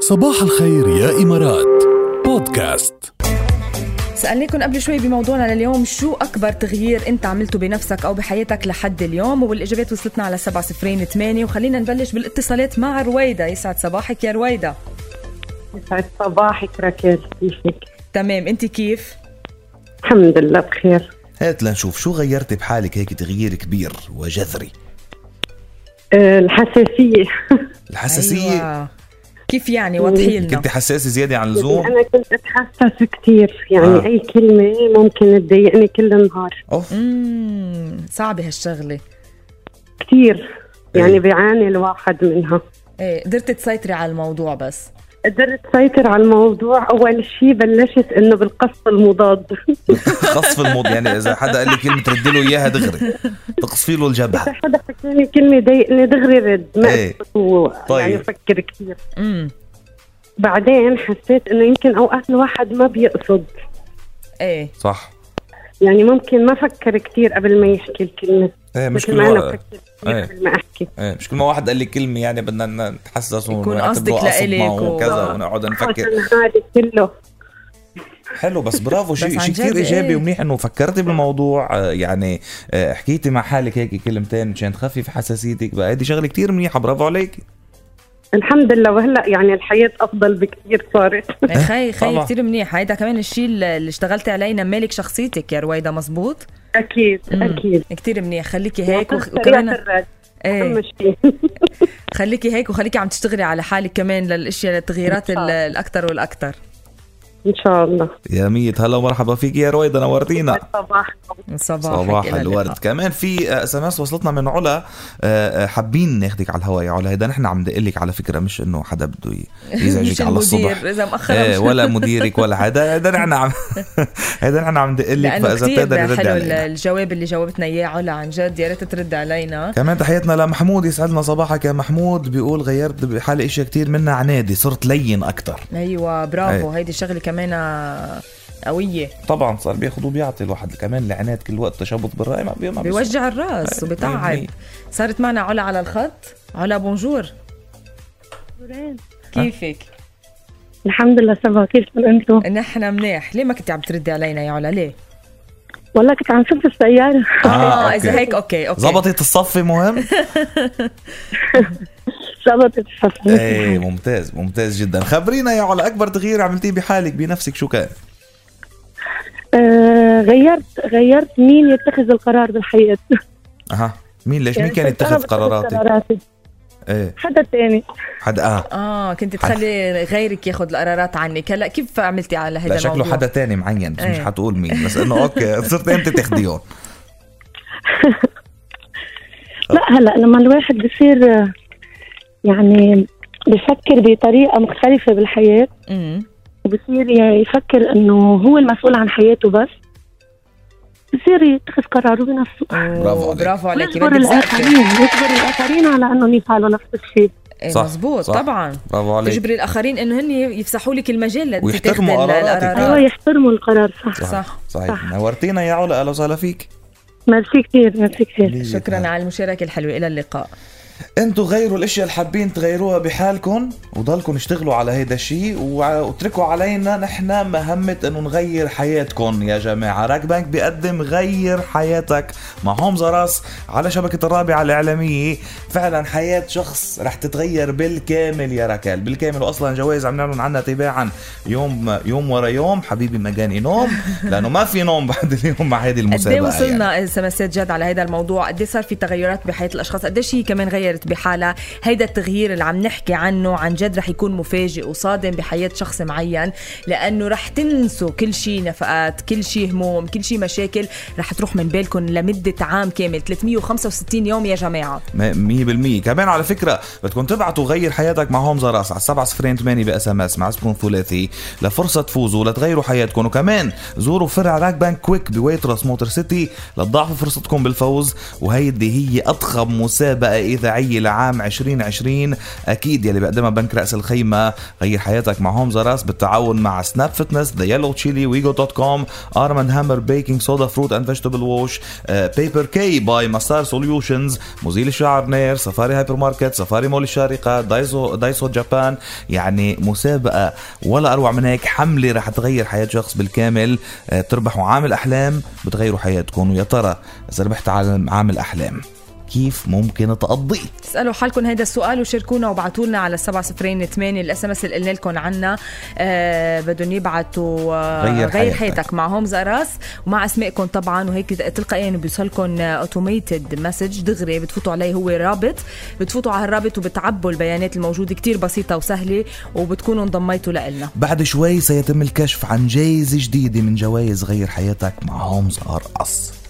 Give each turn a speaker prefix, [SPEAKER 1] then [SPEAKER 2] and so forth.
[SPEAKER 1] صباح الخير يا إمارات بودكاست
[SPEAKER 2] سألناكم قبل شوي بموضوعنا لليوم شو أكبر تغيير أنت عملته بنفسك أو بحياتك لحد اليوم والإجابات وصلتنا على سبعة صفرين ثمانية وخلينا نبلش بالاتصالات مع رويدا يسعد صباحك يا رويدا
[SPEAKER 3] يسعد صباحك ركال كيفك؟
[SPEAKER 2] تمام أنت كيف؟
[SPEAKER 3] الحمد لله بخير
[SPEAKER 4] هات لنشوف شو غيرتي بحالك هيك تغيير كبير وجذري
[SPEAKER 3] أه الحساسية
[SPEAKER 4] الحساسية
[SPEAKER 2] أيوة. كيف يعني وضحي لنا
[SPEAKER 4] كنت حساسة زيادة عن اللزوم
[SPEAKER 3] أنا كنت أتحسس كثير يعني
[SPEAKER 4] آه.
[SPEAKER 3] آه. أي كلمة ممكن تضايقني كل النهار
[SPEAKER 4] اوف
[SPEAKER 2] مم، صعبة هالشغلة
[SPEAKER 3] كثير
[SPEAKER 4] إيه.
[SPEAKER 3] يعني بيعاني الواحد منها
[SPEAKER 2] ايه قدرت تسيطري على الموضوع بس
[SPEAKER 3] قدرت سيطر على الموضوع أول شيء بلشت إنه بالقص المضاد
[SPEAKER 4] خصف الموض يعني اذا حدا قال لي كلمة ترد له اياها دغري تقصفي له
[SPEAKER 3] إذا
[SPEAKER 4] الجبهة
[SPEAKER 3] حدا حكاني كلمة ضايقني دغري رد ما
[SPEAKER 4] إيه.
[SPEAKER 3] أسكت و-
[SPEAKER 4] طيب.
[SPEAKER 3] يعني أفكر كثير
[SPEAKER 2] امم
[SPEAKER 3] بعدين حسيت إنه يمكن أوقات الواحد ما بيقصد
[SPEAKER 2] ايه
[SPEAKER 4] صح
[SPEAKER 3] يعني ممكن ما فكر كثير قبل ما يحكي الكلمة
[SPEAKER 4] ايه مش
[SPEAKER 3] مثل
[SPEAKER 4] كل
[SPEAKER 3] ما أنا
[SPEAKER 4] واحد
[SPEAKER 3] فكرت كثير
[SPEAKER 4] إيه.
[SPEAKER 3] قبل ما أحكي
[SPEAKER 4] ايه مش كل ما واحد قال لي كلمة يعني بدنا ن- نتحسس
[SPEAKER 2] يكون
[SPEAKER 4] ونعتبره
[SPEAKER 2] قصدك
[SPEAKER 4] قصد
[SPEAKER 2] لإلك
[SPEAKER 4] معه
[SPEAKER 2] و-
[SPEAKER 4] وكذا ونقعد نفكر
[SPEAKER 3] هذا كله
[SPEAKER 4] حلو بس برافو شيء
[SPEAKER 2] عن
[SPEAKER 4] شيء
[SPEAKER 2] جد
[SPEAKER 4] كثير
[SPEAKER 2] إيه.
[SPEAKER 4] ايجابي ومنيح انه فكرتي بالموضوع آه، يعني آه، حكيتي مع حالك هيك كلمتين مشان تخفف حساسيتك بقى هذه شغله كثير منيحه برافو عليك
[SPEAKER 3] الحمد لله وهلا يعني الحياه افضل بكثير صارت
[SPEAKER 2] إيه، خي خي
[SPEAKER 4] طبعا.
[SPEAKER 2] كثير منيح هيدا كمان الشيء اللي اللي اشتغلتي عليه نمالك شخصيتك يا رويدا مزبوط
[SPEAKER 3] اكيد
[SPEAKER 2] مم.
[SPEAKER 3] اكيد
[SPEAKER 2] كتير منيح خليكي هيك وخ...
[SPEAKER 3] سريعة
[SPEAKER 2] وكمان
[SPEAKER 3] الرد،
[SPEAKER 2] ايه
[SPEAKER 3] أهم شيء.
[SPEAKER 2] خليكي هيك وخليكي عم تشتغلي على حالك كمان للاشياء للتغييرات
[SPEAKER 3] إن شاء
[SPEAKER 2] ال-
[SPEAKER 3] الله.
[SPEAKER 2] الاكثر والاكثر
[SPEAKER 3] ان شاء الله
[SPEAKER 4] يا ميت هلا ومرحبا فيك يا رويدا نورتينا
[SPEAKER 3] صباح
[SPEAKER 2] صباح
[SPEAKER 4] صباح الورد كمان في اس ام اس وصلتنا من علا آه، آه، حابين ناخدك على الهواء يا علا هيدا نحن عم دقلك على فكره مش انه حدا بده ي- يزعجك على الصبح
[SPEAKER 2] اذا مأخر
[SPEAKER 4] ايه ولا مديرك ولا حدا هيدا نحن عم هيدا نحن عم دقلك
[SPEAKER 2] لانه
[SPEAKER 4] فاذا
[SPEAKER 2] كثير
[SPEAKER 4] بتقدر رد
[SPEAKER 2] حلو ال-
[SPEAKER 4] علينا
[SPEAKER 2] الجواب اللي جاوبتنا اياه علا عن جد يا ريت ترد علينا
[SPEAKER 4] كمان تحياتنا لمحمود يسعدنا صباحك يا محمود بيقول غيرت بحالي اشياء كتير منها عنادي صرت لين اكتر
[SPEAKER 2] ايوه برافو
[SPEAKER 4] إيه.
[SPEAKER 2] هيدي الشغله كمان قويه
[SPEAKER 4] طبعا صار بياخذ وبيعطي الواحد كمان العناد كل وقت تشبط بالرأي ما بي- ما بيصير.
[SPEAKER 2] بيوجع الراس
[SPEAKER 4] إيه،
[SPEAKER 2] وبتعب
[SPEAKER 4] مية.
[SPEAKER 2] صارت معنا علا على الخط علا بونجور
[SPEAKER 4] إيه.
[SPEAKER 2] كيفك؟
[SPEAKER 3] الحمد لله صباح كيفكم انتم؟
[SPEAKER 2] نحن منيح ليه ما كنت عم تردي علينا يا علا ليه؟
[SPEAKER 3] والله كنت عم شوف السياره
[SPEAKER 4] آه،
[SPEAKER 2] اذا
[SPEAKER 4] أوكي.
[SPEAKER 2] هيك اوكي اوكي
[SPEAKER 4] زبطت الصف مهم
[SPEAKER 3] ظبطت الصفحه
[SPEAKER 4] ايه ممتاز ممتاز جدا خبرينا يا علا اكبر تغيير عملتيه بحالك بنفسك شو كان
[SPEAKER 3] آه غيرت غيرت مين يتخذ القرار بالحياه
[SPEAKER 4] اها مين ليش مين
[SPEAKER 3] يعني
[SPEAKER 4] كان
[SPEAKER 3] كنت أنا
[SPEAKER 4] يتخذ
[SPEAKER 3] بتخذ
[SPEAKER 4] قراراتك
[SPEAKER 3] قراراتي
[SPEAKER 4] ايه
[SPEAKER 3] حدا تاني
[SPEAKER 4] حدا اه
[SPEAKER 2] اه كنت تخلي غيرك ياخذ القرارات عنك هلا كيف عملتي على هذا
[SPEAKER 4] لا شكله
[SPEAKER 2] الموضوع
[SPEAKER 4] حدا تاني معين بس مش
[SPEAKER 2] إيه.
[SPEAKER 4] حتقول مين بس انه اوكي صرت انت تاخديهم
[SPEAKER 5] لا هلا لما الواحد بصير آه، يعني بفكر بطريقه مختلفه بالحياه
[SPEAKER 2] مم.
[SPEAKER 5] وبصير يعني يفكر انه هو المسؤول عن حياته بس بصير يتخذ قراره بنفسه
[SPEAKER 2] آه،
[SPEAKER 4] برافو عليك.
[SPEAKER 2] برافو عليك
[SPEAKER 5] ويجبر الاخرين يجبر الاخرين على انهم يفعلوا نفس الشيء
[SPEAKER 4] صح،
[SPEAKER 2] مزبوط
[SPEAKER 4] صح.
[SPEAKER 2] طبعا
[SPEAKER 4] برافو عليك
[SPEAKER 2] تجبري الاخرين انه هن يفسحوا لك المجال لتاخذي
[SPEAKER 4] ويحترموا قراراتك.
[SPEAKER 5] ايوه
[SPEAKER 2] القرارات
[SPEAKER 5] يحترموا القرار صح
[SPEAKER 2] آه. صح.
[SPEAKER 4] صحيح نورتينا يا علا اهلا وسهلا فيك
[SPEAKER 5] ميرسي كثير ميرسي كثير
[SPEAKER 2] شكرا على المشاركه الحلوه الى اللقاء
[SPEAKER 4] انتوا غيروا الاشياء اللي حابين تغيروها بحالكم وضلكم اشتغلوا على هيدا الشيء وع- واتركوا علينا نحن مهمة انه نغير حياتكم يا جماعة راك بانك بيقدم غير حياتك مع هومز راس على شبكة الرابعة الإعلامية فعلا حياة شخص رح تتغير بالكامل يا ركال بالكامل واصلا جوائز عم نعلن عنها تباعا يوم يوم ورا يوم حبيبي مجاني نوم لانه ما في نوم بعد اليوم مع هذه
[SPEAKER 2] قد
[SPEAKER 4] المسابقة
[SPEAKER 2] ايه
[SPEAKER 4] يعني.
[SPEAKER 2] وصلنا سمسات جد على هذا الموضوع قد ايه صار في تغيرات بحياه الاشخاص قد ايش هي كمان غيرت بحالها هيدا التغيير اللي عم نحكي عنه عن جد رح يكون مفاجئ وصادم بحياه شخص معين لانه رح تنسوا كل شيء نفقات كل شيء هموم كل شيء مشاكل رح تروح من بالكم لمده عام كامل 365 يوم يا جماعه
[SPEAKER 4] مية بالمية كمان على فكرة بدكم تبعتوا غير حياتك مع هومز راس على سبعة صفرين ثمانية بأس ام اس مع اسمكم ثلاثي لفرصة تفوزوا لتغيروا حياتكم وكمان زوروا فرع راك بانك كويك بويترس موتور سيتي لتضاعفوا فرصتكم بالفوز وهيدي هي أضخم مسابقة إذاعية التوعية لعام 2020 أكيد يلي بقدمها بنك رأس الخيمة غير حياتك مع هومز راس بالتعاون مع سناب فتنس ذا يلو تشيلي ويجو دوت كوم ارم اند هامر بيكنج صودا فروت اند فيجيتابل ووش بيبر كي باي مسار سوليوشنز مزيل الشعر نير سفاري هايبر ماركت سفاري مول الشارقة دايسو دايسو جابان يعني مسابقة ولا أروع من هيك حملة رح تغير حياة شخص بالكامل آه، بتربحوا عامل أحلام بتغيروا حياتكم ويا ترى إذا ربحت عالم- عامل أحلام كيف ممكن تقضيه
[SPEAKER 2] اسالوا حالكم هيدا السؤال وشاركونا وابعتوا لنا على 708 الاس ام اس اللي قلنا لكم عنها آه بدهم يبعتوا آه
[SPEAKER 4] غير
[SPEAKER 2] غير
[SPEAKER 4] حياتك.
[SPEAKER 2] حياتك مع هومز اراس ومع اسمائكم طبعا وهيك تلقائيا بيوصلكم اوتوميتد مسج دغري بتفوتوا عليه هو رابط بتفوتوا على هالرابط وبتعبوا البيانات الموجوده كتير بسيطه وسهله وبتكونوا انضميتوا لنا
[SPEAKER 4] بعد شوي سيتم الكشف عن جائزة جديدة من جوائز غير حياتك مع هومز ار اس